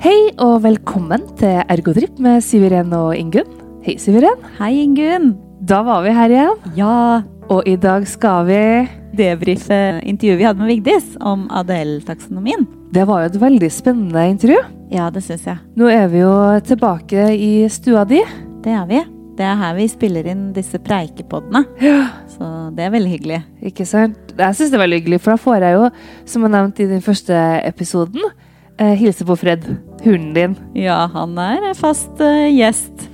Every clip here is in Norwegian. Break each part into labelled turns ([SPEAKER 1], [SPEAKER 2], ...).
[SPEAKER 1] Hei og velkommen til Ergodrip med Siveren og Ingunn. Hei, Siveren.
[SPEAKER 2] Hei, Ingunn.
[SPEAKER 1] Da var vi her igjen,
[SPEAKER 2] Ja,
[SPEAKER 1] og i dag skal vi
[SPEAKER 2] debrife intervjuet vi hadde med Vigdis om ADL-taksonomien.
[SPEAKER 1] Det var jo et veldig spennende intervju.
[SPEAKER 2] Ja, det syns jeg.
[SPEAKER 1] Nå er vi jo tilbake i stua di.
[SPEAKER 2] Det er vi. Det er her vi spiller inn disse preikepoddene. Så det er veldig hyggelig.
[SPEAKER 1] Ikke sant? Jeg syns det er veldig hyggelig, for da får jeg jo, som jeg nevnte i den første episoden, eh, hilse på Fred, hunden din.
[SPEAKER 2] Ja, han er en fast eh, gjest.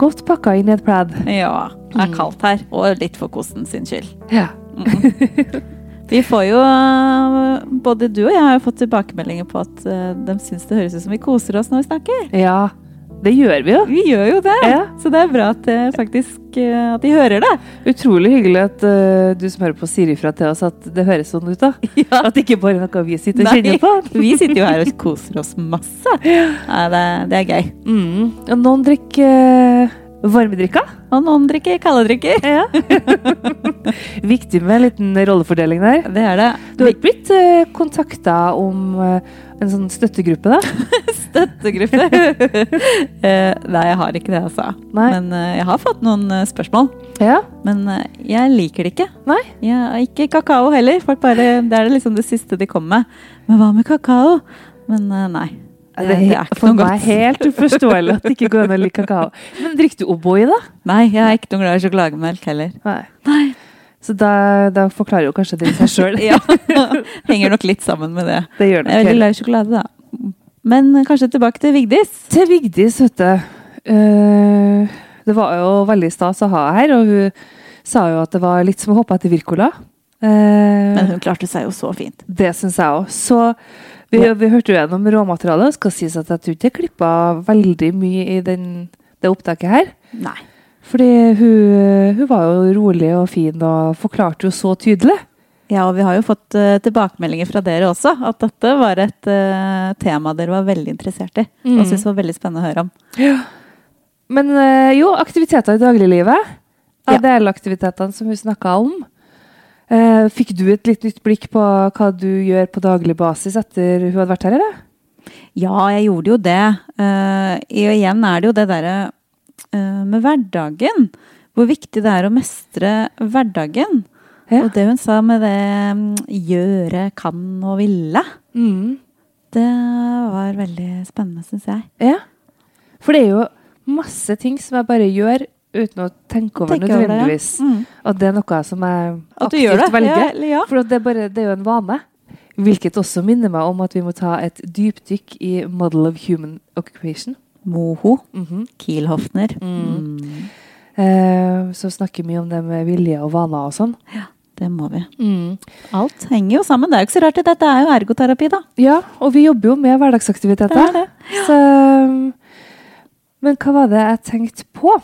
[SPEAKER 1] Godt pakka inn i et plaid.
[SPEAKER 2] Ja, det er kaldt her. Og litt for kosten sin skyld. Mm.
[SPEAKER 1] Ja.
[SPEAKER 2] Vi får jo eh, Både du og jeg har jo fått tilbakemeldinger på at eh, de syns det høres ut som vi koser oss når vi snakker.
[SPEAKER 1] ja. Det gjør vi jo.
[SPEAKER 2] Vi gjør jo det.
[SPEAKER 1] Ja.
[SPEAKER 2] Så det er bra at, eh, faktisk, eh, at de hører det.
[SPEAKER 1] Utrolig hyggelig at eh, du som hører på sier ifra til oss at det høres sånn ut, da.
[SPEAKER 2] Ja.
[SPEAKER 1] At det ikke bare er noe vi sitter og
[SPEAKER 2] Nei.
[SPEAKER 1] kjenner på.
[SPEAKER 2] Vi sitter jo her og koser oss masse. Nei, det, det er gøy.
[SPEAKER 1] Mm. Og noen drikker eh, varmedrikka.
[SPEAKER 2] Og noen drikker kalde drikker.
[SPEAKER 1] Ja. Viktig med en liten rollefordeling der.
[SPEAKER 2] Det er det.
[SPEAKER 1] Du har ikke blitt eh, kontakta om eh, en sånn støttegruppe, da?
[SPEAKER 2] Støttegruppe. Eh, Nei, jeg har ikke det, altså.
[SPEAKER 1] Nei.
[SPEAKER 2] Men eh, jeg har fått noen eh, spørsmål.
[SPEAKER 1] Ja.
[SPEAKER 2] Men eh, jeg liker det ikke.
[SPEAKER 1] Nei.
[SPEAKER 2] Jeg, og ikke kakao heller. Folk bare, det er liksom det siste de kommer med. Men hva med kakao? Men eh, nei. Det, det er ikke
[SPEAKER 1] for
[SPEAKER 2] noe
[SPEAKER 1] meg
[SPEAKER 2] godt.
[SPEAKER 1] helt uforståelig at det ikke går an å like kakao. Men drikker du O'boy, da?
[SPEAKER 2] Nei, jeg er ikke noe glad i sjokolademelk heller.
[SPEAKER 1] Nei. Så da, da forklarer jo kanskje det seg sjøl.
[SPEAKER 2] Ja. Henger nok litt sammen med det.
[SPEAKER 1] Det gjør
[SPEAKER 2] Jeg er
[SPEAKER 1] nok
[SPEAKER 2] veldig
[SPEAKER 1] helt.
[SPEAKER 2] glad i sjokolade, da. Men kanskje tilbake til Vigdis.
[SPEAKER 1] Til Vigdis, vet du. Eh, det var jo veldig stas å ha her, og hun sa jo at det var litt som å hoppe etter Virkola. Eh,
[SPEAKER 2] Men hun klarte seg jo så fint.
[SPEAKER 1] Det syns jeg òg. Så vi, vi hørte jo gjennom råmaterialet, og skal sies at jeg tror ikke jeg klippa veldig mye i den, det opptaket her.
[SPEAKER 2] Nei.
[SPEAKER 1] Fordi hun, hun var jo rolig og fin og forklarte jo så tydelig.
[SPEAKER 2] Ja, og vi har jo fått eh, tilbakemeldinger fra dere også, at dette var et eh, tema dere var veldig interessert i. Og syntes var veldig spennende å høre om.
[SPEAKER 1] Men eh, jo, aktiviteter i dagliglivet.
[SPEAKER 2] Ja.
[SPEAKER 1] Delaktivitetene som hun snakka om. Eh, Fikk du et litt nytt blikk på hva du gjør på daglig basis etter hun hadde vært her, eller?
[SPEAKER 2] Ja, jeg gjorde jo det. Eh, i- og igjen er det jo det derre eh, med hverdagen. Hvor viktig det er å mestre hverdagen.
[SPEAKER 1] Ja.
[SPEAKER 2] Og det hun sa med det mm, gjøre, kan og ville,
[SPEAKER 1] mm.
[SPEAKER 2] det var veldig spennende, syns jeg.
[SPEAKER 1] Ja. For det er jo masse ting som jeg bare gjør uten å tenke over
[SPEAKER 2] Tenker over det, ja.
[SPEAKER 1] nødvendigvis.
[SPEAKER 2] Mm.
[SPEAKER 1] At det er noe som jeg
[SPEAKER 2] At du
[SPEAKER 1] aktivt
[SPEAKER 2] gjør det, ja,
[SPEAKER 1] velger.
[SPEAKER 2] eller ja.
[SPEAKER 1] For at det, er bare, det er jo en vane. Hvilket også minner meg om at vi må ta et dypdykk i Model of Human Occupation.
[SPEAKER 2] Moho.
[SPEAKER 1] Mhm.
[SPEAKER 2] Kielhofner.
[SPEAKER 1] Mm.
[SPEAKER 2] Mm.
[SPEAKER 1] Eh, som snakker mye om det med vilje og vaner og sånn.
[SPEAKER 2] Det må vi.
[SPEAKER 1] Mm.
[SPEAKER 2] Alt henger jo sammen. Det er jo ikke så rart. det. Dette er jo ergoterapi, da.
[SPEAKER 1] Ja, og vi jobber jo med hverdagsaktiviteter.
[SPEAKER 2] Det er det.
[SPEAKER 1] Så, eh, men hva var det jeg tenkte på?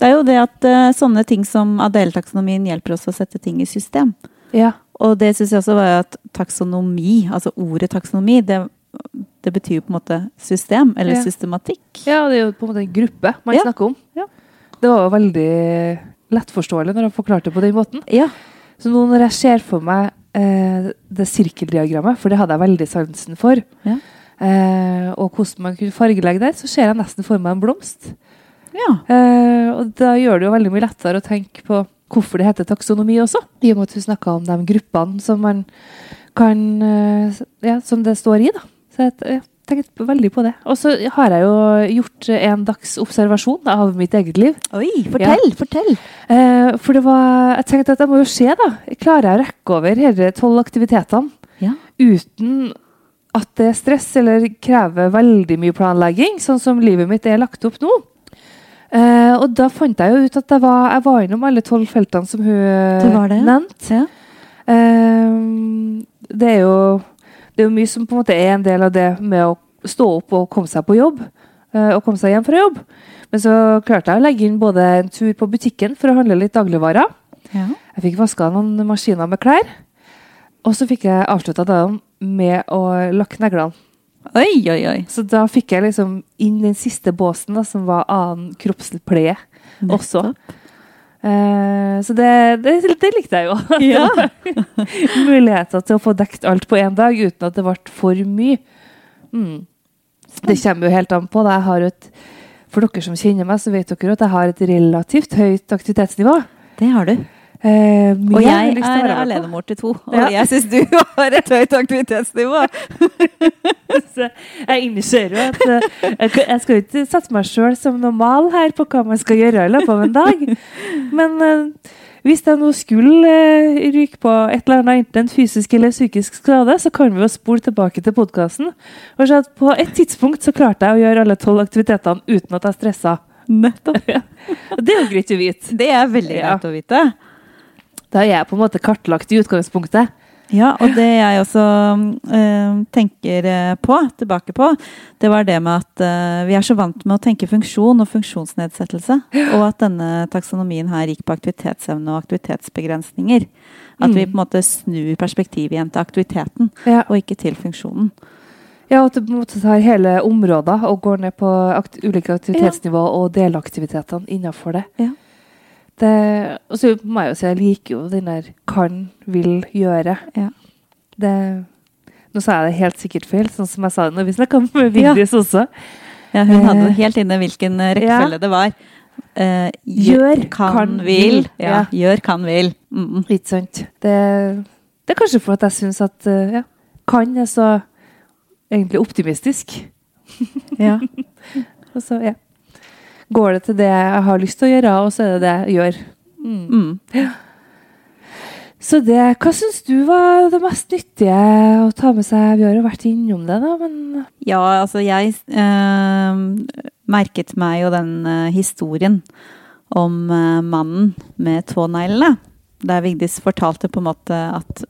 [SPEAKER 2] Det er jo det at eh, sånne ting som ADL-taksonomien hjelper oss å sette ting i system.
[SPEAKER 1] Ja.
[SPEAKER 2] Og det syns jeg også var jo at taksonomi, altså ordet taksonomi, det, det betyr jo på en måte system, eller
[SPEAKER 1] Ja.
[SPEAKER 2] systematikk.
[SPEAKER 1] Ja, og det er jo på en måte en gruppe man
[SPEAKER 2] Ja.
[SPEAKER 1] snakker om.
[SPEAKER 2] Ja.
[SPEAKER 1] Det var jo veldig lettforståelig når han forklarte det på den måten.
[SPEAKER 2] Ja.
[SPEAKER 1] Så nå når jeg ser for meg eh, det sirkeldiagrammet, for det hadde jeg veldig sansen for,
[SPEAKER 2] Ja.
[SPEAKER 1] eh, og hvordan man kunne fargelegge det, så ser jeg nesten for meg en blomst.
[SPEAKER 2] ja.
[SPEAKER 1] Eh, og da gjør det jo veldig mye lettere å tenke på hvorfor det heter taksonomi også, i og med at hun snakka om de gruppene som man kan eh, Ja, som det står i, da. Så jeg t- jeg tenkte veldig på det. Og så har jeg jo gjort en dags observasjon da, av mitt eget liv.
[SPEAKER 2] Oi, fortell! Fortell!
[SPEAKER 1] Eh, for det var Jeg tenkte at jeg må jo se, da. Klarer jeg å rekke over disse tolv aktivitetene
[SPEAKER 2] Ja.
[SPEAKER 1] uten at det er stress eller krever veldig mye planlegging, sånn som livet mitt er lagt opp nå? Eh, og da fant jeg jo ut at jeg var, jeg var innom alle tolv feltene som hun
[SPEAKER 2] Det var det, ja.
[SPEAKER 1] nevnte.
[SPEAKER 2] ja.
[SPEAKER 1] Eh, det er jo det er jo mye som på en måte er en del av det med å stå opp og komme seg på jobb. eh, Og komme seg hjem fra jobb. Men så klarte jeg å legge inn både en tur på butikken for å handle litt dagligvarer.
[SPEAKER 2] ja.
[SPEAKER 1] Jeg fikk vaska noen maskiner med klær. Og så fikk jeg avslutta dagen med å lakke neglene.
[SPEAKER 2] Oi, oi, oi.
[SPEAKER 1] Så da fikk jeg liksom inn den siste båsen, da, som var annen kroppspleie også. Eh, så det, det, det likte jeg jo. At det
[SPEAKER 2] Ja.
[SPEAKER 1] var Muligheter til å få dekt alt på én dag uten at det ble for mye. Mm. Det kommer jo helt an på. Da. Jeg har jo et, for dere som kjenner meg, så vet dere jo at jeg har et relativt høyt aktivitetsnivå.
[SPEAKER 2] Det har du.
[SPEAKER 1] Eh, mye
[SPEAKER 2] Og
[SPEAKER 1] har
[SPEAKER 2] jeg
[SPEAKER 1] jeg lyst til å
[SPEAKER 2] er
[SPEAKER 1] være med på.
[SPEAKER 2] alenemor til to, og
[SPEAKER 1] Ja.
[SPEAKER 2] jeg syns du har et høyt aktivitetsnivå.
[SPEAKER 1] Så jeg innser jo at eh, jeg kan- jeg skal jo ikke sette meg sjøl som normal her på hva man skal gjøre i løpet av en dag. Men eh, hvis jeg nå skulle eh, ryke på et eller annet enten en fysisk eller psykisk skade, så kan vi jo spole tilbake til podkasten og se at på et tidspunkt så klarte jeg å gjøre alle tolv aktivitetene uten at jeg stressa.
[SPEAKER 2] Nettopp.
[SPEAKER 1] Og det er jo greit å vite.
[SPEAKER 2] Det er veldig
[SPEAKER 1] Ja.
[SPEAKER 2] greit å vite.
[SPEAKER 1] Da er jeg på en måte kartlagt i utgangspunktet.
[SPEAKER 2] Ja, og det jeg også eh, tenker eh, på, tilbake på, det var det med at eh, vi er så vant med å tenke funksjon og funksjonsnedsettelse, og at denne taksonomien her gikk på aktivitetsevne og aktivitetsbegrensninger. At vi på en måte snur perspektivet igjen til aktiviteten,
[SPEAKER 1] Ja.
[SPEAKER 2] og ikke til funksjonen.
[SPEAKER 1] Ja, at du på en måte tar hele områder og går ned på akt ulike aktivitetsnivå og delaktivitetene innenfor det.
[SPEAKER 2] Ja.
[SPEAKER 1] det. Og så må jeg jo si jeg liker jo den der kan, vil, gjøre.
[SPEAKER 2] Ja.
[SPEAKER 1] Det, nå sa jeg det helt sikkert feil, sånn som jeg sa det når vi snakka med Vigdis også.
[SPEAKER 2] Ja, hun hadde
[SPEAKER 1] Eh,
[SPEAKER 2] det helt inne hvilken eh, rekkefølge
[SPEAKER 1] ja.
[SPEAKER 2] det var. Eh,
[SPEAKER 1] Gjør, kan, vil.
[SPEAKER 2] Ja, gjør, kan, vil. Mm -mm.
[SPEAKER 1] Ikke sant. Det, det er kanskje for at jeg syns at eh, ja, kan er så egentlig optimistisk.
[SPEAKER 2] Ja.
[SPEAKER 1] Og så ja. går det til det jeg har lyst til å gjøre, og så er det det jeg gjør. Mm.
[SPEAKER 2] Mm.
[SPEAKER 1] Så det, hva syns du var det mest nyttige å ta med seg? Vi har jo vært innom det, da, men
[SPEAKER 2] Ja, altså jeg eh, merket meg jo den eh, historien om eh, mannen med tåneglene. Der Vigdis fortalte på en måte at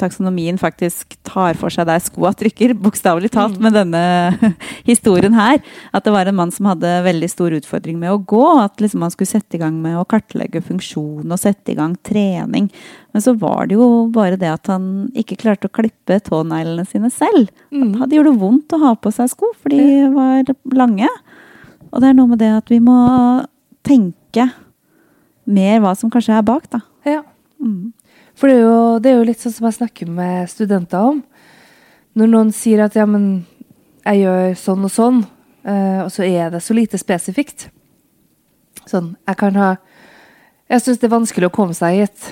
[SPEAKER 2] taksonomien faktisk tar for seg der skoa trykker, bokstavelig talt, med denne historien her. At det var en mann som hadde veldig stor utfordring med å gå. og At liksom han skulle sette i gang med å kartlegge funksjon og sette i gang trening. Men så var det jo bare det at han ikke klarte å klippe tåneglene sine selv.
[SPEAKER 1] Mm.
[SPEAKER 2] Det gjorde vondt å ha på seg sko, for de var lange. Og det er noe med det at vi må tenke mer hva som kanskje er bak, da.
[SPEAKER 1] ja.
[SPEAKER 2] Mm.
[SPEAKER 1] For det er, jo, det er jo litt sånn som jeg snakker med studenter om. Når noen sier at ja, men jeg gjør sånn og sånn, eh, og så er det så lite spesifikt. Sånn, jeg kan ha Jeg syns det er vanskelig å komme seg hit.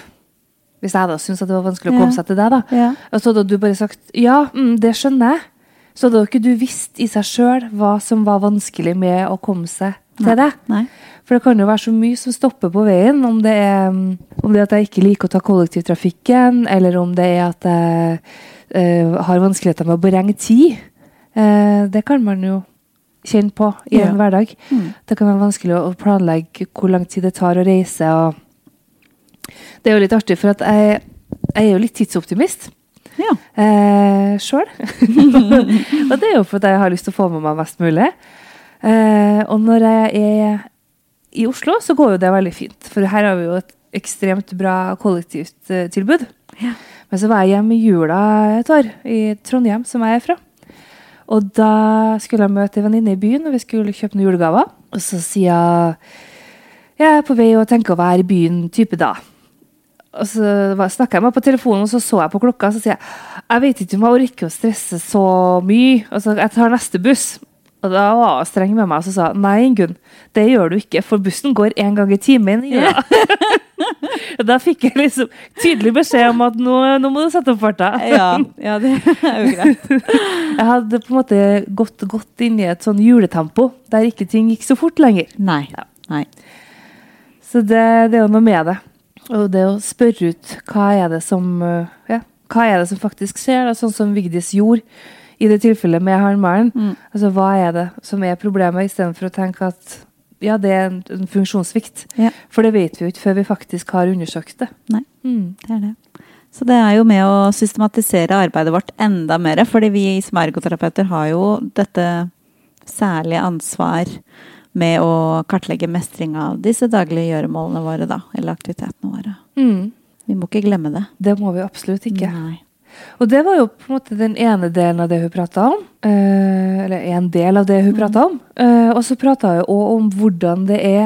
[SPEAKER 1] Hvis jeg da syns at det var vanskelig å
[SPEAKER 2] Ja.
[SPEAKER 1] komme seg til deg, da.
[SPEAKER 2] Ja.
[SPEAKER 1] Og så hadde du bare sagt ja, mm, det skjønner jeg. Så hadde jo ikke du visst i seg sjøl hva som var vanskelig med å komme seg til deg.
[SPEAKER 2] Nei.
[SPEAKER 1] For det kan jo være så mye som stopper på veien. Om det er mm, om det er at jeg ikke liker å ta kollektivtrafikken, eller om det er at jeg eh, har vanskeligheter med å beregne tid. Eh, det kan man jo kjenne på i en
[SPEAKER 2] Ja.
[SPEAKER 1] hverdag.
[SPEAKER 2] Mm.
[SPEAKER 1] Det kan være vanskelig å planlegge hvor lang tid det tar å reise. Og det er jo litt artig, for at jeg, jeg er jo litt tidsoptimist
[SPEAKER 2] Ja.
[SPEAKER 1] eh, sjøl. og det er jo fordi jeg har lyst til å få med meg mest mulig. Eh, og når jeg er i Oslo, så går jo det veldig fint. For her har vi jo et ekstremt bra kollektivt eh, tilbud.
[SPEAKER 2] Ja.
[SPEAKER 1] Men så var jeg hjemme i jula et år, i Trondheim, som jeg er fra. Og da skulle jeg møte ei venninne i byen, og vi skulle kjøpe noen julegaver. Og så sier jeg jeg er på vei og tenker å være i byen type da. Og så var- snakket jeg med henne på telefonen, og så så jeg på klokka, og så sier jeg jeg vet ikke om jeg orker å stresse så mye, og så jeg tar neste buss. Og da var hun streng med meg og så sa hun, nei, Ingunn, det gjør du ikke, for bussen går én gang i timen. i jula.» Og da fikk jeg liksom tydelig beskjed om at nå, nå må du sette opp farta.
[SPEAKER 2] Ja. ja, det er jo greit.
[SPEAKER 1] Jeg hadde på en måte gått godt inn i et sånn juletempo der ikke ting gikk så fort lenger.
[SPEAKER 2] Nei. Nei.
[SPEAKER 1] Så det, det er jo noe med det. Og det å spørre ut hva er det som, eh, ja, hva er det som faktisk skjer, da, sånn som Vigdis gjorde i det tilfellet med han Maren.
[SPEAKER 2] Mm.
[SPEAKER 1] Altså, hva er det som er problemet, istedenfor å tenke at ja, det er en, en funksjonssvikt.
[SPEAKER 2] Ja.
[SPEAKER 1] For det vet vi jo ikke før vi faktisk har undersøkt det.
[SPEAKER 2] Nei. Det er det. Så det er jo med å systematisere arbeidet vårt enda mer, fordi vi som ergoterapeuter har jo dette særlige ansvar med å kartlegge mestring av disse daglige gjøremålene våre, da, eller aktivitetene våre.
[SPEAKER 1] Mm.
[SPEAKER 2] Vi må ikke glemme det.
[SPEAKER 1] Det må vi absolutt ikke.
[SPEAKER 2] Nei.
[SPEAKER 1] Og det var jo på en måte den ene delen av det hun prata om. eh, eller en del av det hun prata om. Eh, og så prata hun òg om hvordan det er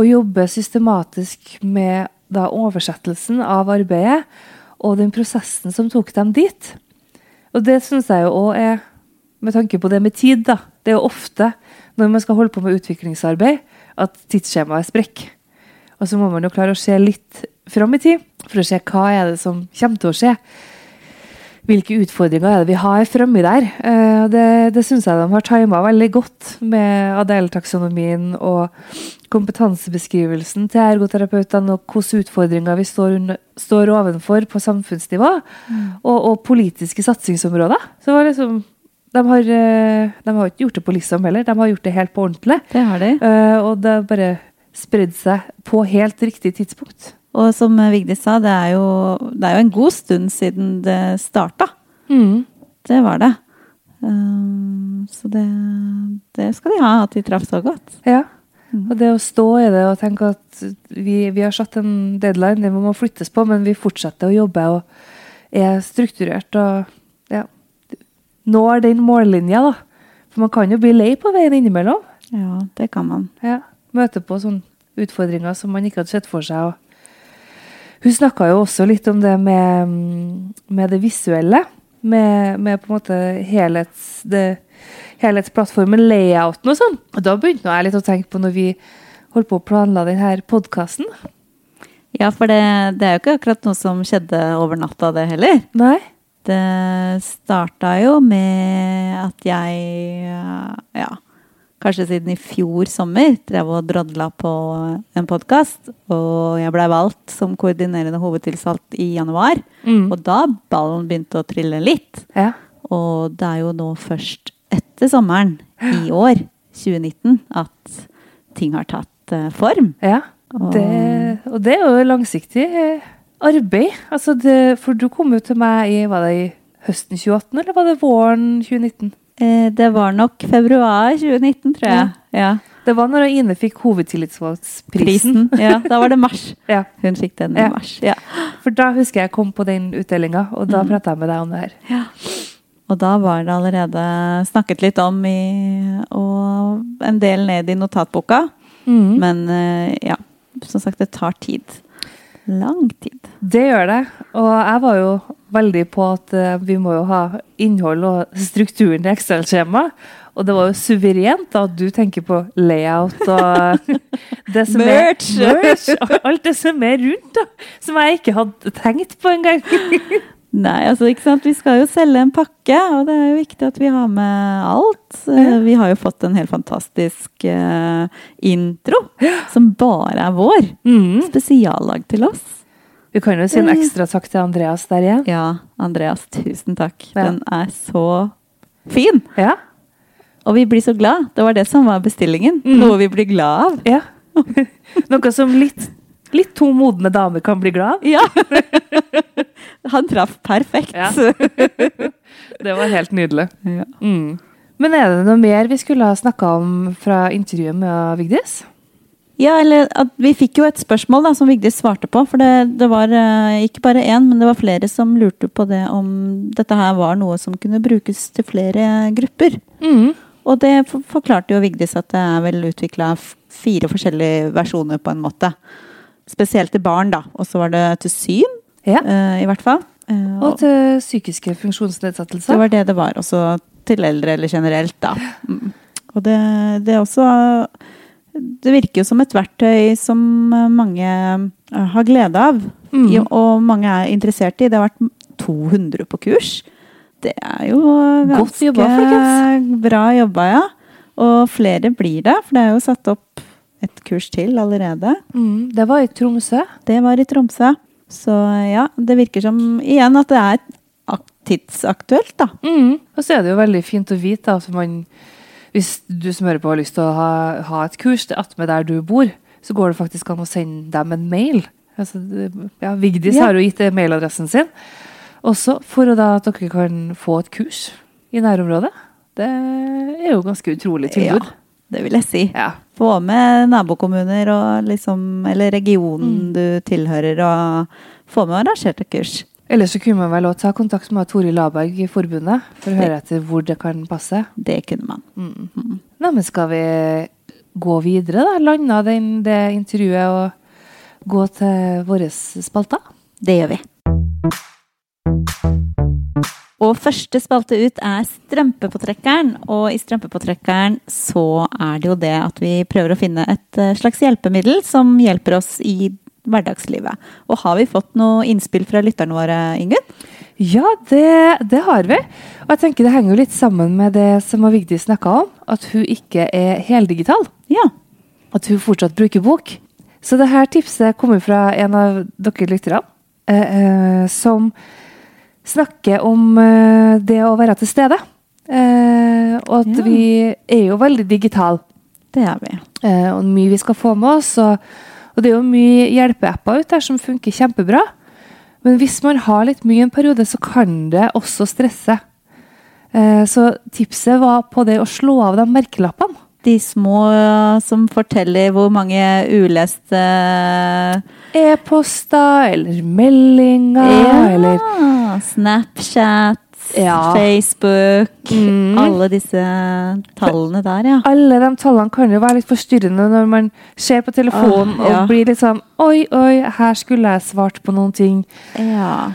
[SPEAKER 1] å jobbe systematisk med da oversettelsen av arbeidet, og den prosessen som tok dem dit. Og det syns jeg jo òg er Med tanke på det med tid, da. Det er jo ofte når man skal holde på med utviklingsarbeid, at tidsskjemaet sprekker. Og så må man jo klare å se litt fram i tid, for å se hva er det som kommer til å skje. Hvilke utfordringer er det vi har framme der? Eh, og Det, det syns jeg de har tima veldig godt med Adele-taksonomien og kompetansebeskrivelsen til ergoterapeutene og hvilke utfordringer vi står, under, står ovenfor på samfunnsnivå. Og, og politiske satsingsområder. Så det var liksom, de, har, eh, de har ikke gjort det på liksom heller, de har gjort det helt på ordentlig.
[SPEAKER 2] Det har de.
[SPEAKER 1] Eh, og det har bare spredd seg på helt riktig tidspunkt.
[SPEAKER 2] Og som Vigdis sa, det er jo, det er jo en god stund siden det starta. Det var det. Ehm, så det, det skal de ha, at de traff så godt.
[SPEAKER 1] Ja. Og det å stå i det og tenke at vi, vi har satt en deadline, det må flyttes på, men vi fortsetter å jobbe og er strukturert og ja, når den mållinja, da. For man kan jo bli lei på veien innimellom.
[SPEAKER 2] Ja, det kan man.
[SPEAKER 1] Ja. Møte på sånne utfordringer som man ikke hadde sett for seg. Og hun snakka jo også litt om det med, mm, med det visuelle. Med, med på en måte helhets, det, helhetsplattformen, layouten og sånn. Og da begynte nå jeg litt å tenke på når vi holdt på å planla denne podkasten.
[SPEAKER 2] Ja, for det, det er jo ikke akkurat noe som skjedde over natta, det heller.
[SPEAKER 1] Nei?
[SPEAKER 2] Det starta jo med at jeg, eh, ja, kanskje siden i fjor sommer, drev og drodla på en podkast. Og jeg blei valgt som koordinerende hovedtilsatt i januar.
[SPEAKER 1] Mm.
[SPEAKER 2] Og da ballen begynte å trille litt.
[SPEAKER 1] Ja.
[SPEAKER 2] Og det er jo nå først etter sommeren i år, 2019, at ting har tatt eh, form.
[SPEAKER 1] ja.
[SPEAKER 2] Og-
[SPEAKER 1] Det, og det er jo langsiktig eh, arbeid. Altså det, for du kom jo til meg i var det i høsten 2018, eller var det våren 2019?
[SPEAKER 2] Eh, Det var nok februar 2019, tror jeg. Ja.
[SPEAKER 1] Det var når Ine fikk hovedtillitsvalgsprisen.
[SPEAKER 2] Prisen. Ja, da var det mars.
[SPEAKER 1] Ja,
[SPEAKER 2] Hun fikk den i
[SPEAKER 1] Ja.
[SPEAKER 2] mars. Ja.
[SPEAKER 1] for da husker jeg kom på den utdelinga, og da prata jeg med deg om det her.
[SPEAKER 2] Og da var det allerede snakket litt om i Og en del ned i notatboka.
[SPEAKER 1] Mm.
[SPEAKER 2] Men eh, ja, som sagt, det tar tid. Lang tid.
[SPEAKER 1] Det gjør det, og jeg var jo veldig på at eh, vi må jo ha innhold og strukturen i Excel-skjemaet. Og det var jo suverent da at du tenker på layout og det som
[SPEAKER 2] Merch.
[SPEAKER 1] Er, merch! og Alt det som er rundt, da. Som jeg ikke hadde tenkt på engang.
[SPEAKER 2] Nei, altså, ikke sant? Vi skal jo selge en pakke, og det er jo viktig at vi har med alt. Eh, Vi har jo fått en helt fantastisk eh, intro, som bare er vår.
[SPEAKER 1] Mm.
[SPEAKER 2] Spesiallagd til oss.
[SPEAKER 1] Vi kan jo si en ekstra takk til Andreas der igjen.
[SPEAKER 2] Ja, Andreas, tusen takk.
[SPEAKER 1] Ja.
[SPEAKER 2] Den er så fin!
[SPEAKER 1] Ja.
[SPEAKER 2] Og vi blir så glad. Det var det som var bestillingen. Noe vi blir glad av.
[SPEAKER 1] ja. Noe som litt, litt to modne damer kan bli glad av.
[SPEAKER 2] Ja! Han traff perfekt.
[SPEAKER 1] Ja. Det var helt nydelig.
[SPEAKER 2] Ja.
[SPEAKER 1] Mm. Men er det noe mer vi skulle ha snakka om fra intervjuet med Vigdis?
[SPEAKER 2] Ja, eller at vi fikk jo et spørsmål da, som Vigdis svarte på. For det, det var eh, ikke bare én, men det var flere som lurte på det om dette her var noe som kunne brukes til flere grupper.
[SPEAKER 1] Mm.
[SPEAKER 2] Og det for- forklarte jo Vigdis at det er vel utvikla fire forskjellige versjoner på en måte. Spesielt til barn, da. Og så var det til syn,
[SPEAKER 1] Ja.
[SPEAKER 2] eh, i hvert fall. Eh,
[SPEAKER 1] Og til psykiske funksjonsnedsettelser.
[SPEAKER 2] det var det det var, også til eldre eller generelt, da. Mm. Og det, det er også Det virker jo som et verktøy som mange eh, har glede av,
[SPEAKER 1] Mm.
[SPEAKER 2] i- og mange er interessert i. Det har vært 200 på kurs. Det er jo
[SPEAKER 1] Godt
[SPEAKER 2] ganske
[SPEAKER 1] jobba, folkens.
[SPEAKER 2] bra jobba, ja. Og flere blir det, for det er jo satt opp et kurs til allerede.
[SPEAKER 1] mm. det var i Tromsø.
[SPEAKER 2] Det var i Tromsø. Så ja, det virker som igjen at det er ak- tidsaktuelt, da.
[SPEAKER 1] Mm. Og så er det jo veldig fint å vite, da, for man, hvis du som hører på har lyst til å ha, ha et kurs til attmed der du bor, så går det faktisk an å sende dem en mail. Altså, det- ja, Vigdis
[SPEAKER 2] Ja.
[SPEAKER 1] har jo gitt eh, mailadressen sin. Også for å da at dere kan få et kurs i nærområdet. Det er jo ganske utrolig tilbud.
[SPEAKER 2] Ja, det vil jeg si.
[SPEAKER 1] Ja.
[SPEAKER 2] Få med nabokommuner og liksom, eller regionen du tilhører, og få med arrangerte kurs.
[SPEAKER 1] Eller så kunne man vel også ta kontakt med Toril Laberg i forbundet for å høre etter hvor det kan passe.
[SPEAKER 2] Det kunne man.
[SPEAKER 1] Nei, men skal vi gå videre, da? Landa den, det intervjuet og gå til våre spalter?
[SPEAKER 2] Det gjør vi. Og første spalte ut er strømpepåtrekkeren. Og i strømpepåtrekkeren så er det jo det at vi prøver å finne et eh, slags hjelpemiddel som hjelper oss i hverdagslivet. Og har vi fått noe innspill fra lytterne våre, Ingunn?
[SPEAKER 1] Ja, det, det har vi. Og jeg tenker det henger jo litt sammen med det som Vigdis snakka om, at hun ikke er heldigital.
[SPEAKER 2] Ja.
[SPEAKER 1] At hun fortsatt bruker bok. Så det her tipset kommer fra en av dere lytterne, eh, eh, som snakker om eh, det å være til stede. Eh, og at
[SPEAKER 2] Ja.
[SPEAKER 1] vi er jo veldig digitale.
[SPEAKER 2] Det er vi.
[SPEAKER 1] eh, og mye vi skal få med oss. Og, og det er jo mye hjelpeapper ute der som funker kjempebra. Men hvis man har litt mye en periode, så kan det også stresse. Eh, så tipset var på det å slå av de merkelappene.
[SPEAKER 2] De små eh, som forteller hvor mange uleste
[SPEAKER 1] E-poster eller meldinger eller
[SPEAKER 2] eh, Ah, Snapchat,
[SPEAKER 1] Ja.
[SPEAKER 2] Facebook
[SPEAKER 1] Mm.
[SPEAKER 2] Alle disse tallene der, ja.
[SPEAKER 1] alle de tallene kan jo være litt forstyrrende når man ser på telefonen
[SPEAKER 2] Åh, ja.
[SPEAKER 1] og blir litt sånn Oi, oi, her skulle jeg svart på noen ting.
[SPEAKER 2] ja.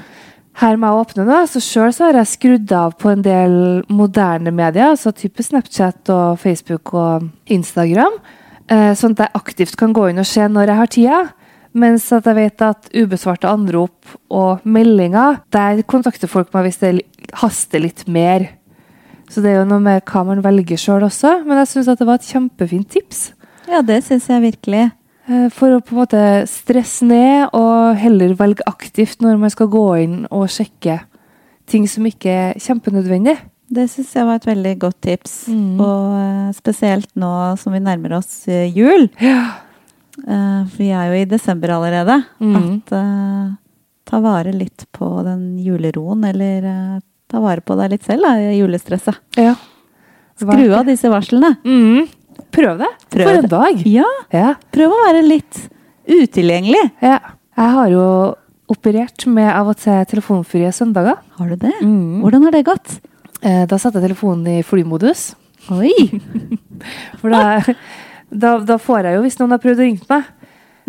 [SPEAKER 1] Her må jeg åpne nå. Så sjøl så har jeg skrudd av på en del moderne medier, altså type Snapchat og Facebook og Instagram, eh, sånn at jeg aktivt kan gå inn og se når jeg har tida. Mens at jeg vet at ubesvarte anrop og meldinger, der kontakter folk meg hvis det li- haster litt mer. Så det er jo noe med hva man velger sjøl også. Men jeg syns det var et kjempefint tips.
[SPEAKER 2] Ja, det syns jeg virkelig.
[SPEAKER 1] Eh, For å på en måte stresse ned og heller velge aktivt når man skal gå inn og sjekke ting som ikke er kjempenødvendig.
[SPEAKER 2] Det syns jeg var et veldig godt tips.
[SPEAKER 1] Mm.
[SPEAKER 2] Og eh, spesielt nå som vi nærmer oss eh, jul,
[SPEAKER 1] Ja.
[SPEAKER 2] eh, for vi er jo i desember allerede,
[SPEAKER 1] Mm.
[SPEAKER 2] at eh, ta vare litt på den juleroen, eller eh, ta vare på deg litt selv da, i julestresset. Skru av disse varslene.
[SPEAKER 1] Mm. Prøv det.
[SPEAKER 2] Prøv
[SPEAKER 1] For en
[SPEAKER 2] det.
[SPEAKER 1] dag.
[SPEAKER 2] Ja,
[SPEAKER 1] Ja.
[SPEAKER 2] prøv å være litt utilgjengelig.
[SPEAKER 1] ja. Jeg har jo operert med av og til telefonfrie søndager.
[SPEAKER 2] Har du det?
[SPEAKER 1] Mm.
[SPEAKER 2] Hvordan har det gått?
[SPEAKER 1] Eh, Da satte jeg telefonen i flymodus.
[SPEAKER 2] Oi!
[SPEAKER 1] For
[SPEAKER 2] Ah.
[SPEAKER 1] da, da, da får jeg jo hvis noen har prøvd å ringe meg.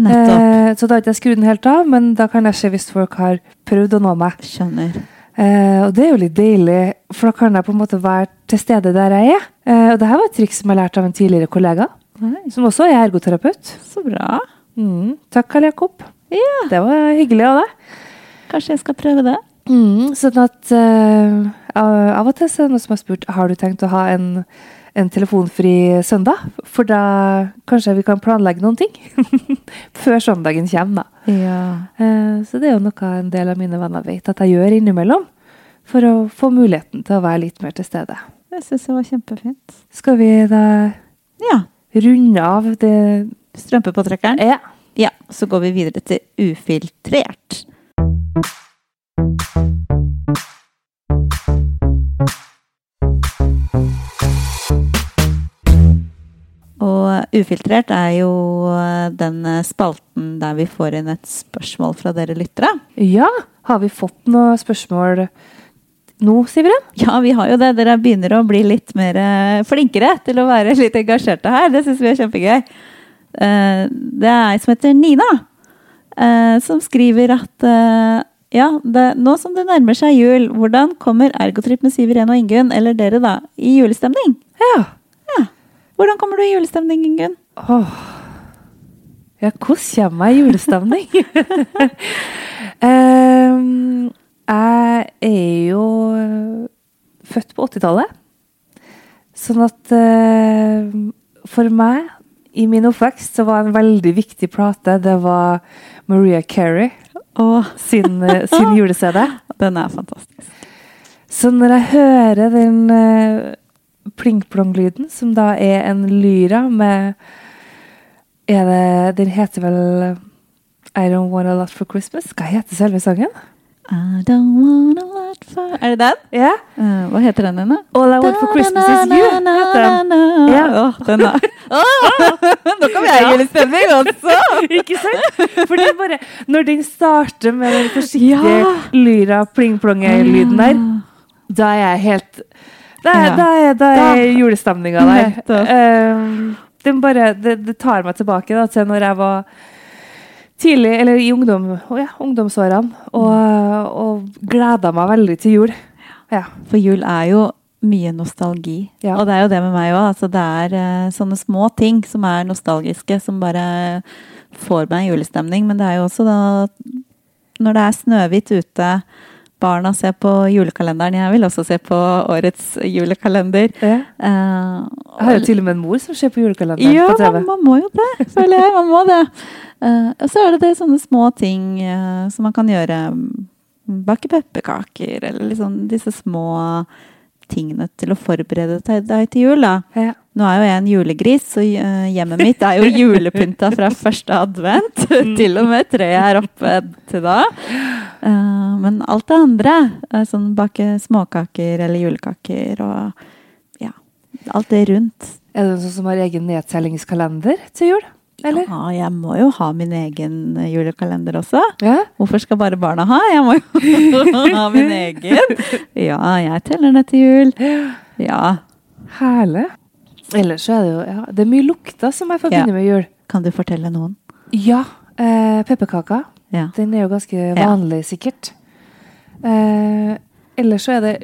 [SPEAKER 2] Nettopp.
[SPEAKER 1] Eh, Så da har ikke jeg skrudd den helt av, men da kan jeg se hvis folk har prøvd å nå meg.
[SPEAKER 2] Skjønner.
[SPEAKER 1] Eh, og det er jo litt deilig, for da kan jeg på en måte være til stede der jeg er. Eh, og det her var et triks som jeg lærte av en tidligere kollega, som også er ergoterapeut.
[SPEAKER 2] Så bra.
[SPEAKER 1] Mm. Takk, Karl Jakob.
[SPEAKER 2] Ja,
[SPEAKER 1] Det var hyggelig av deg.
[SPEAKER 2] kanskje jeg skal prøve det.
[SPEAKER 1] Mm, sånn at eh, av og til så er det noen som har spurt har du tenkt å ha en, en telefonfri søndag, for da kanskje vi kan planlegge noen ting før søndagen kommer. da.
[SPEAKER 2] Ja.
[SPEAKER 1] Eh, Så det er jo noe en del av mine venner vet at jeg gjør innimellom, for å få muligheten til å være litt mer til stede.
[SPEAKER 2] Jeg syns det var kjempefint.
[SPEAKER 1] Skal vi da
[SPEAKER 2] Ja.
[SPEAKER 1] runde av det
[SPEAKER 2] Strømpepåtrekkeren.
[SPEAKER 1] Ja.
[SPEAKER 2] Ja, så går vi videre til ufiltrert. Og ufiltrert er jo eh, den spalten der vi får inn et spørsmål fra dere lyttere.
[SPEAKER 1] ja. Har vi fått noen spørsmål nå, Siveren?
[SPEAKER 2] Ja, vi har jo det. Dere begynner å bli litt mer eh, flinkere til å være litt engasjerte her. Det syns vi er kjempegøy. Eh, Det er ei som heter Nina, eh, som skriver at eh, ja, det, nå som det nærmer seg jul, hvordan kommer Ergotrip med Siveren og Ingunn, eller dere da, i julestemning?
[SPEAKER 1] Ja.
[SPEAKER 2] Ja. Hvordan kommer du i julestemning, Ingunn?
[SPEAKER 1] Åh. Ja, hvordan kommer jeg i julestemning? Em, jeg er jo eh, født på 80-tallet. Sånn at eh, for meg, i min oppvekst, så var en veldig viktig plate Det var Maria Carey
[SPEAKER 2] Åh,
[SPEAKER 1] sin, eh, sin jule-CD.
[SPEAKER 2] den er fantastisk.
[SPEAKER 1] Så når jeg hører den eh, pling-plong-lyden, som da er en lyra med er det, Den heter vel I Don't Want A Lot For Christmas? Hva heter selve sangen?
[SPEAKER 2] I don't wanna that far Er det den?
[SPEAKER 1] Ja.
[SPEAKER 2] Eh, hva heter den igjen, da?
[SPEAKER 1] All I want for Christmas is you, heter den.
[SPEAKER 2] den. Ja.
[SPEAKER 1] Ja.
[SPEAKER 2] Åh, den er. Åh, nå kommer jeg i litt stemning også!
[SPEAKER 1] Ikke sant? For det er bare Når den starter med den forsiktige
[SPEAKER 2] Ja. Ah.
[SPEAKER 1] lyra, pling-plonge-lyden der, da er jeg helt Da er,
[SPEAKER 2] Ja.
[SPEAKER 1] da er, da er
[SPEAKER 2] Da-
[SPEAKER 1] julestemninga der.
[SPEAKER 2] Nettopp.
[SPEAKER 1] Eh, den bare, det, det tar meg tilbake da, til når jeg var tidlig, eller i ungdom, å ja, ungdomsårene, og, og gleda meg veldig til jul. Ja.
[SPEAKER 2] For jul er jo mye nostalgi.
[SPEAKER 1] Ja.
[SPEAKER 2] Og det er jo det med meg òg. Altså, det er eh, sånne små ting som er nostalgiske, som bare får meg en julestemning. Men det er jo også da Når det er snøhvitt ute, barna ser på julekalenderen. Jeg vil også se på årets julekalender.
[SPEAKER 1] Ja.
[SPEAKER 2] Eh,
[SPEAKER 1] Jeg har jo til og med en mor som ser på julekalenderen
[SPEAKER 2] ja,
[SPEAKER 1] på TV.
[SPEAKER 2] man, man må jo det, føler jeg. Man må det. Eh, og så er det, det sånne små ting eh, som man kan gjøre. Mm, Bake pepperkaker, eller liksom disse små tingene til å forberede te- deg til jul. da.
[SPEAKER 1] Ja.
[SPEAKER 2] Nå er jo jeg en julegris, så eh, hjemmet mitt er jo julepynta fra første advent. til og med treet er oppe til da. Eh, men alt det andre, eh, sånn bake småkaker eller julekaker og ja, alt det rundt,
[SPEAKER 1] Er det noen som har egen nedtellingskalender til jul? Eller?
[SPEAKER 2] Ja, jeg må jo ha min egen eh, julekalender også.
[SPEAKER 1] Ja.
[SPEAKER 2] Hvorfor skal bare barna ha? Jeg må jo ha min egen. Ja, jeg teller ned til jul. Ja.
[SPEAKER 1] Herlig. Ellers så er det jo ja, Det er mye lukter som jeg forbinder
[SPEAKER 2] Ja.
[SPEAKER 1] med jul.
[SPEAKER 2] Kan du fortelle noen?
[SPEAKER 1] Ja. Eh, Pepperkaka.
[SPEAKER 2] Ja.
[SPEAKER 1] Den er jo ganske vanlig, sikkert. Eh, ellers så er det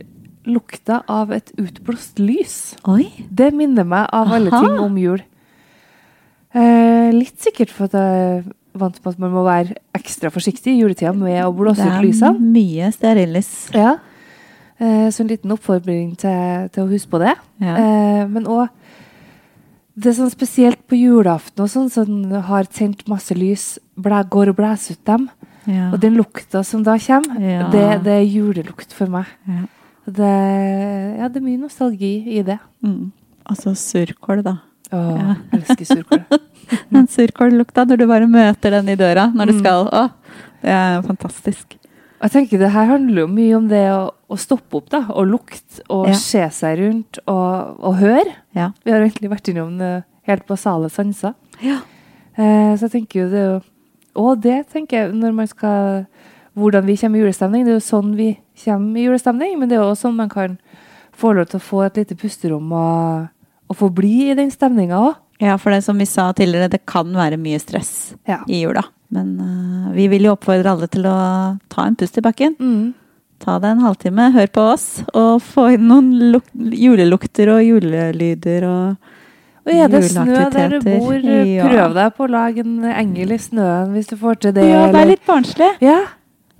[SPEAKER 1] lukta av et utblåst lys.
[SPEAKER 2] Oi.
[SPEAKER 1] Det minner meg av alle
[SPEAKER 2] Aha.
[SPEAKER 1] ting om jul. Eh, litt sikkert for at jeg er vant med at man må være ekstra forsiktig i juletida med å blåse ut lysene.
[SPEAKER 2] mye stearinlys.
[SPEAKER 1] Ja. Eh, Så en liten oppfordring til, til å huske på det.
[SPEAKER 2] Ja.
[SPEAKER 1] Eh, Men òg det er sånn spesielt på julaften og sånn, som har tent masse lys, blæ, går og blæser ut dem.
[SPEAKER 2] Ja.
[SPEAKER 1] Og den lukta som da kommer,
[SPEAKER 2] Ja.
[SPEAKER 1] det, det er julelukt for meg.
[SPEAKER 2] Ja.
[SPEAKER 1] Og Det, ja, det er mye nostalgi i det.
[SPEAKER 2] Mm. Og så surkål, da.
[SPEAKER 1] Å,
[SPEAKER 2] Ja.
[SPEAKER 1] elsker surkål.
[SPEAKER 2] Den surkållukta når du bare møter den i døra når du skal. Å, det er fantastisk.
[SPEAKER 1] Og Jeg tenker Det her handler jo mye om det å, å stoppe opp da, og lukte og
[SPEAKER 2] Ja.
[SPEAKER 1] se seg rundt og, og høre.
[SPEAKER 2] Ja.
[SPEAKER 1] Vi har egentlig vært innom eh, helt basale sanser.
[SPEAKER 2] Ja.
[SPEAKER 1] Eh, så jeg tenker jo det er jo Og det tenker jeg når man skal Hvordan vi kommer i julestemning. Det er jo sånn vi kommer i julestemning, men det er jo også sånn man kan få lov til å få et lite pusterom og, og få bli i den stemninga òg.
[SPEAKER 2] Ja, for det som vi sa tidligere, det kan være mye stress
[SPEAKER 1] Ja.
[SPEAKER 2] i jula. Men eh, vi vil jo oppfordre alle til å ta en pust i bakken.
[SPEAKER 1] Mm.
[SPEAKER 2] Ta deg en halvtime, hør på oss, og få inn noen luk julelukter og julelyder og
[SPEAKER 1] Og er det snø der du
[SPEAKER 2] Juleaktiviteter,
[SPEAKER 1] bor,
[SPEAKER 2] ja.
[SPEAKER 1] prøv deg på å lage en engel i snøen hvis du får til det.
[SPEAKER 2] Ja, det
[SPEAKER 1] eller-
[SPEAKER 2] er litt barnslig.
[SPEAKER 1] ja,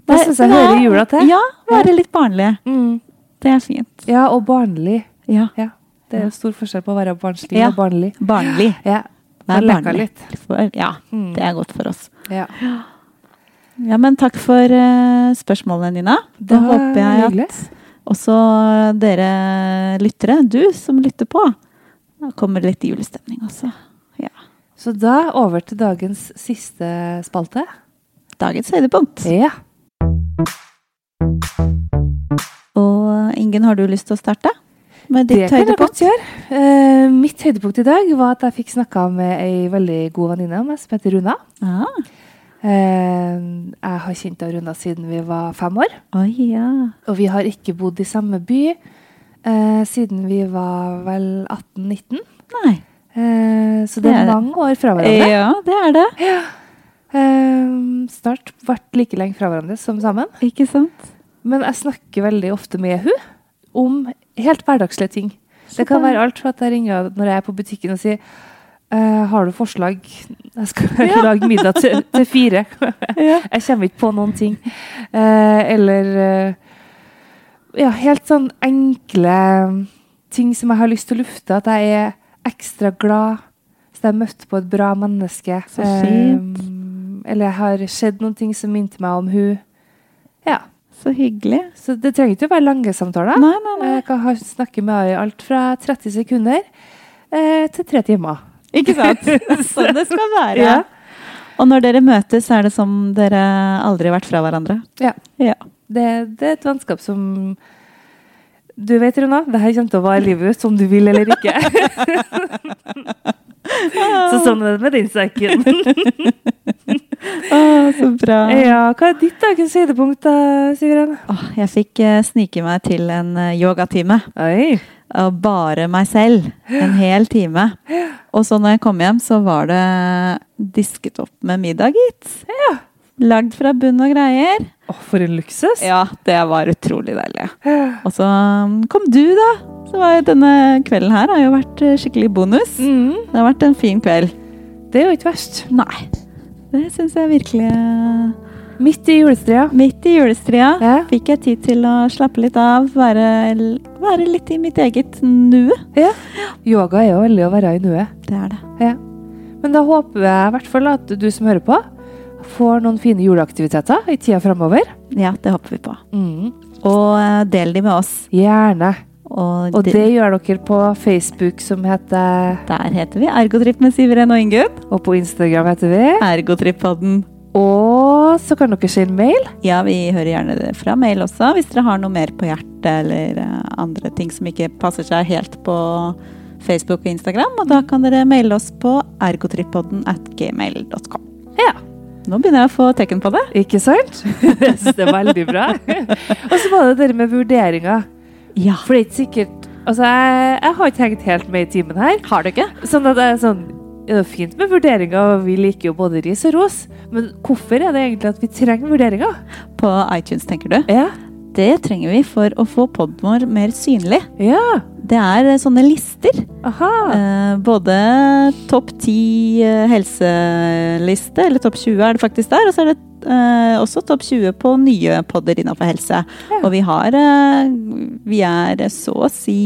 [SPEAKER 1] det syns jeg
[SPEAKER 2] det er-
[SPEAKER 1] hører jula til.
[SPEAKER 2] Ja, være litt barnlig.
[SPEAKER 1] Mm.
[SPEAKER 2] Det er fint.
[SPEAKER 1] ja og barnlig.
[SPEAKER 2] Ja.
[SPEAKER 1] Ja. Det er jo stor forskjell på å være barnslig
[SPEAKER 2] Ja.
[SPEAKER 1] og barnlig.
[SPEAKER 2] Barnlig.
[SPEAKER 1] Ja.
[SPEAKER 2] Det er
[SPEAKER 1] Og leka
[SPEAKER 2] barnlig.
[SPEAKER 1] litt.
[SPEAKER 2] For, ja,
[SPEAKER 1] Mm.
[SPEAKER 2] det er godt for oss.
[SPEAKER 1] Ja.
[SPEAKER 2] Ja, men takk for eh, spørsmålene, Nina. Da
[SPEAKER 1] Det var
[SPEAKER 2] håper jeg at
[SPEAKER 1] hyggelig.
[SPEAKER 2] også dere lyttere, du som lytter på, da kommer litt julestemning også. Ja.
[SPEAKER 1] Så da over til dagens siste spalte.
[SPEAKER 2] Dagens høydepunkt.
[SPEAKER 1] Ja.
[SPEAKER 2] Og Ingen, har du lyst til å starte med
[SPEAKER 1] Det
[SPEAKER 2] ditt
[SPEAKER 1] kan jeg godt
[SPEAKER 2] høydepunkt?
[SPEAKER 1] gjøre. Eh, mitt høydepunkt i dag var at jeg fikk snakka med ei veldig god venninne av meg som heter Runa.
[SPEAKER 2] Ja.
[SPEAKER 1] Eh, jeg har kjent av Runa siden vi var fem år.
[SPEAKER 2] Oi, ja.
[SPEAKER 1] Og vi har ikke bodd i samme by eh, siden vi var vel 18-19.
[SPEAKER 2] Nei.
[SPEAKER 1] Eh, så det
[SPEAKER 2] Det er-
[SPEAKER 1] er mange år fra hverandre.
[SPEAKER 2] Ja, det er det.
[SPEAKER 1] Eh, snart ble like lenge fra hverandre som sammen.
[SPEAKER 2] Ikke sant?
[SPEAKER 1] Men jeg snakker veldig ofte med hun om helt hverdagslige ting. Det kan være alt fra at jeg ringer når jeg er på butikken og sier «Eh, har du forslag? Jeg skal lage middag til, til fire.
[SPEAKER 2] Ja.
[SPEAKER 1] Jeg kommer ikke på noen ting. Eh, eller eh, ja, helt sånn enkle ting som jeg har lyst til å lufte. At jeg er ekstra glad hvis jeg møtte på et bra menneske.
[SPEAKER 2] Så fint.
[SPEAKER 1] Eh, eller jeg har skjedd noen ting som minte meg om hun. Ja.
[SPEAKER 2] Så hyggelig.
[SPEAKER 1] Så det trenger ikke å være lange samtaler. Eh,
[SPEAKER 2] Nei, nei, nei.
[SPEAKER 1] Jeg kan ha- snakke med henne i alt fra 30 sekunder eh, til tre timer.
[SPEAKER 2] Ikke sant? Sånn det skal være.
[SPEAKER 1] Ja.
[SPEAKER 2] Og når dere møtes, er det som dere aldri har vært fra hverandre.
[SPEAKER 1] Ja.
[SPEAKER 2] Ja.
[SPEAKER 1] Det, det er et vennskap som Du vet, Runa, det her kommer til å vare livet ut, om du vil eller ikke. så sånn er det med den saken. Ah,
[SPEAKER 2] så bra.
[SPEAKER 1] ja, hva er ditt dagens høydepunkt, da, Sigrun?
[SPEAKER 2] Eh, Åh, jeg fikk eh, snike meg til en eh, yogatime.
[SPEAKER 1] Oi.
[SPEAKER 2] Og bare meg selv. En hel time. Og så når jeg kom hjem, så var det disket opp med middag, gitt.
[SPEAKER 1] Ja.
[SPEAKER 2] Lagd fra bunn og greier.
[SPEAKER 1] Å, for en luksus.
[SPEAKER 2] Ja, det var utrolig deilig. Og så um, kom du, da. Så var jo denne kvelden her har jo vært eh, skikkelig bonus.
[SPEAKER 1] Mm,
[SPEAKER 2] Det har vært en fin kveld.
[SPEAKER 1] det er jo ikke verst.
[SPEAKER 2] Nei. Det syns jeg virkelig eh,
[SPEAKER 1] Midt i julestria.
[SPEAKER 2] Midt i julestria
[SPEAKER 1] Ja.
[SPEAKER 2] fikk jeg tid til å slappe litt av. Være, være litt i mitt eget nue.
[SPEAKER 1] Yoga er jo veldig å være i nuet.
[SPEAKER 2] Det er det.
[SPEAKER 1] Ja. Men da håper jeg i hvert fall at du som hører på, får noen fine juleaktiviteter i tida framover.
[SPEAKER 2] Ja, det håper vi på.
[SPEAKER 1] Mm.
[SPEAKER 2] Og eh, del de med oss.
[SPEAKER 1] Gjerne.
[SPEAKER 2] Og,
[SPEAKER 1] Og
[SPEAKER 2] de-
[SPEAKER 1] det gjør dere på Facebook, som heter
[SPEAKER 2] der heter vi Ergotrip med Siveren og Ingunn.
[SPEAKER 1] Og på Instagram heter vi.
[SPEAKER 2] Ergotrippodden.
[SPEAKER 1] Og så kan dere sende mail.
[SPEAKER 2] Ja, vi hører gjerne det fra mail også, hvis dere har noe mer på hjertet eller eh, andre ting som ikke passer seg helt på Facebook og Instagram. Og da kan dere maile oss på ergotrippodden at gmail.com.
[SPEAKER 1] Ja.
[SPEAKER 2] Nå begynner jeg å få tekken på det.
[SPEAKER 1] Ikke sant? Jeg syns det er veldig bra. og så var det det med vurderinger.
[SPEAKER 2] Ja.
[SPEAKER 1] For det er ikke sikkert Altså, jeg, jeg har ikke hengt helt med i timen her.
[SPEAKER 2] Har du ikke?
[SPEAKER 1] Sånn at jeg er sånn Det er jo fint med vurderinger, og vi liker jo både ris og ros, men hvorfor er det egentlig at vi trenger vurderinger?
[SPEAKER 2] På iTunes, tenker du.
[SPEAKER 1] Ja.
[SPEAKER 2] Det trenger vi for å få podden vår mer synlig.
[SPEAKER 1] Ja.
[SPEAKER 2] Det er eh, sånne lister.
[SPEAKER 1] Aha.
[SPEAKER 2] Eh, både topp 10 eh, helseliste, eller topp 20 er det faktisk der, og så er det eh, også topp 20 på nye podder innenfor helse. Og vi har eh, Vi er så å si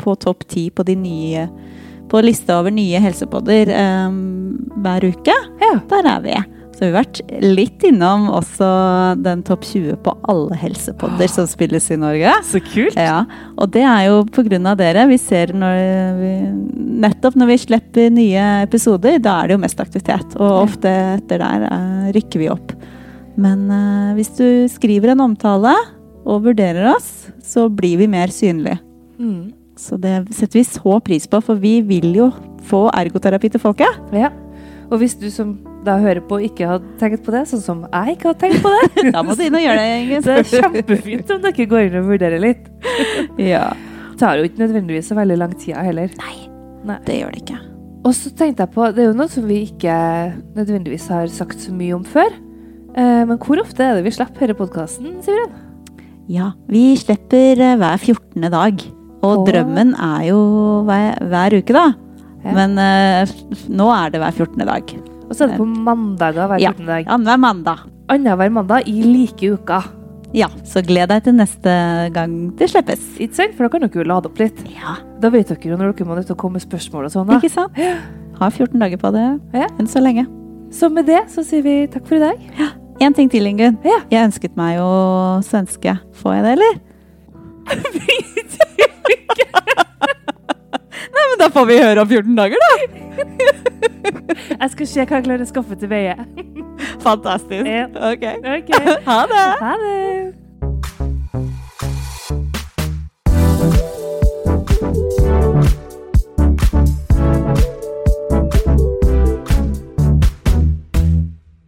[SPEAKER 2] på topp 10 på de nye på lista over nye helsepodder eh, hver uke.
[SPEAKER 1] Ja.
[SPEAKER 2] Der er vi. Så vi har vært litt innom også den topp 20 på alle helsepodder som spilles i Norge.
[SPEAKER 1] Så kult.
[SPEAKER 2] Ja, og det er jo på grunn av dere. Vi ser når vi, nettopp når vi slipper nye episoder, da er det jo mest aktivitet. Og ofte etter der eh, rykker vi opp. Men eh, hvis du skriver en omtale og vurderer oss, så blir vi mer synlige.
[SPEAKER 1] Mm.
[SPEAKER 2] Så det setter vi så pris på, for vi vil jo få ergoterapi til folket.
[SPEAKER 1] ja. Og hvis du som da hører på, ikke har tenkt på det, sånn som jeg ikke har tenkt på det,
[SPEAKER 2] Da må du inn og gjøre det. Inge.
[SPEAKER 1] så er det kjempefint om dere går inn og vurderer litt.
[SPEAKER 2] Ja,
[SPEAKER 1] Det tar jo ikke nødvendigvis så veldig lang tid heller.
[SPEAKER 2] det gjør det ikke.
[SPEAKER 1] Og så tenkte jeg på, det er jo noe som vi ikke nødvendigvis har sagt så mye om før. Eh, men hvor ofte er det vi slipper denne podkasten, Sivrun?
[SPEAKER 2] Ja, vi slipper eh, hver 14. dag. Og
[SPEAKER 1] Åh.
[SPEAKER 2] drømmen er jo hver, hver uke, da.
[SPEAKER 1] Ja.
[SPEAKER 2] Men eh, f- nå er det hver 14. dag.
[SPEAKER 1] Og så er det på mandager hver
[SPEAKER 2] Ja.
[SPEAKER 1] 14. dag.
[SPEAKER 2] Annenhver mandag.
[SPEAKER 1] Annenhver mandag i like uka.
[SPEAKER 2] Ja, så gled deg til neste gang det slippes.
[SPEAKER 1] Ikke sant? For da kan dere jo lade opp litt.
[SPEAKER 2] Ja,
[SPEAKER 1] Da vet dere jo når dere må nødt til å komme med spørsmål og sånn. da.
[SPEAKER 2] ikke sant? Har 14 dager på det
[SPEAKER 1] Ja.
[SPEAKER 2] enn så lenge.
[SPEAKER 1] Så med det så sier vi takk for i dag.
[SPEAKER 2] Én ting til, Ingunn.
[SPEAKER 1] Ja.
[SPEAKER 2] Jeg ønsket meg jo svenske. Får jeg det, eller? Nei, men da får vi høre om 14 dager, da!
[SPEAKER 1] Jeg skal se hva jeg klarer å skaffe til veie.
[SPEAKER 2] Fantastisk.
[SPEAKER 1] Ja.
[SPEAKER 2] Ok.
[SPEAKER 1] Ok.
[SPEAKER 2] Ha det!
[SPEAKER 1] Ha det.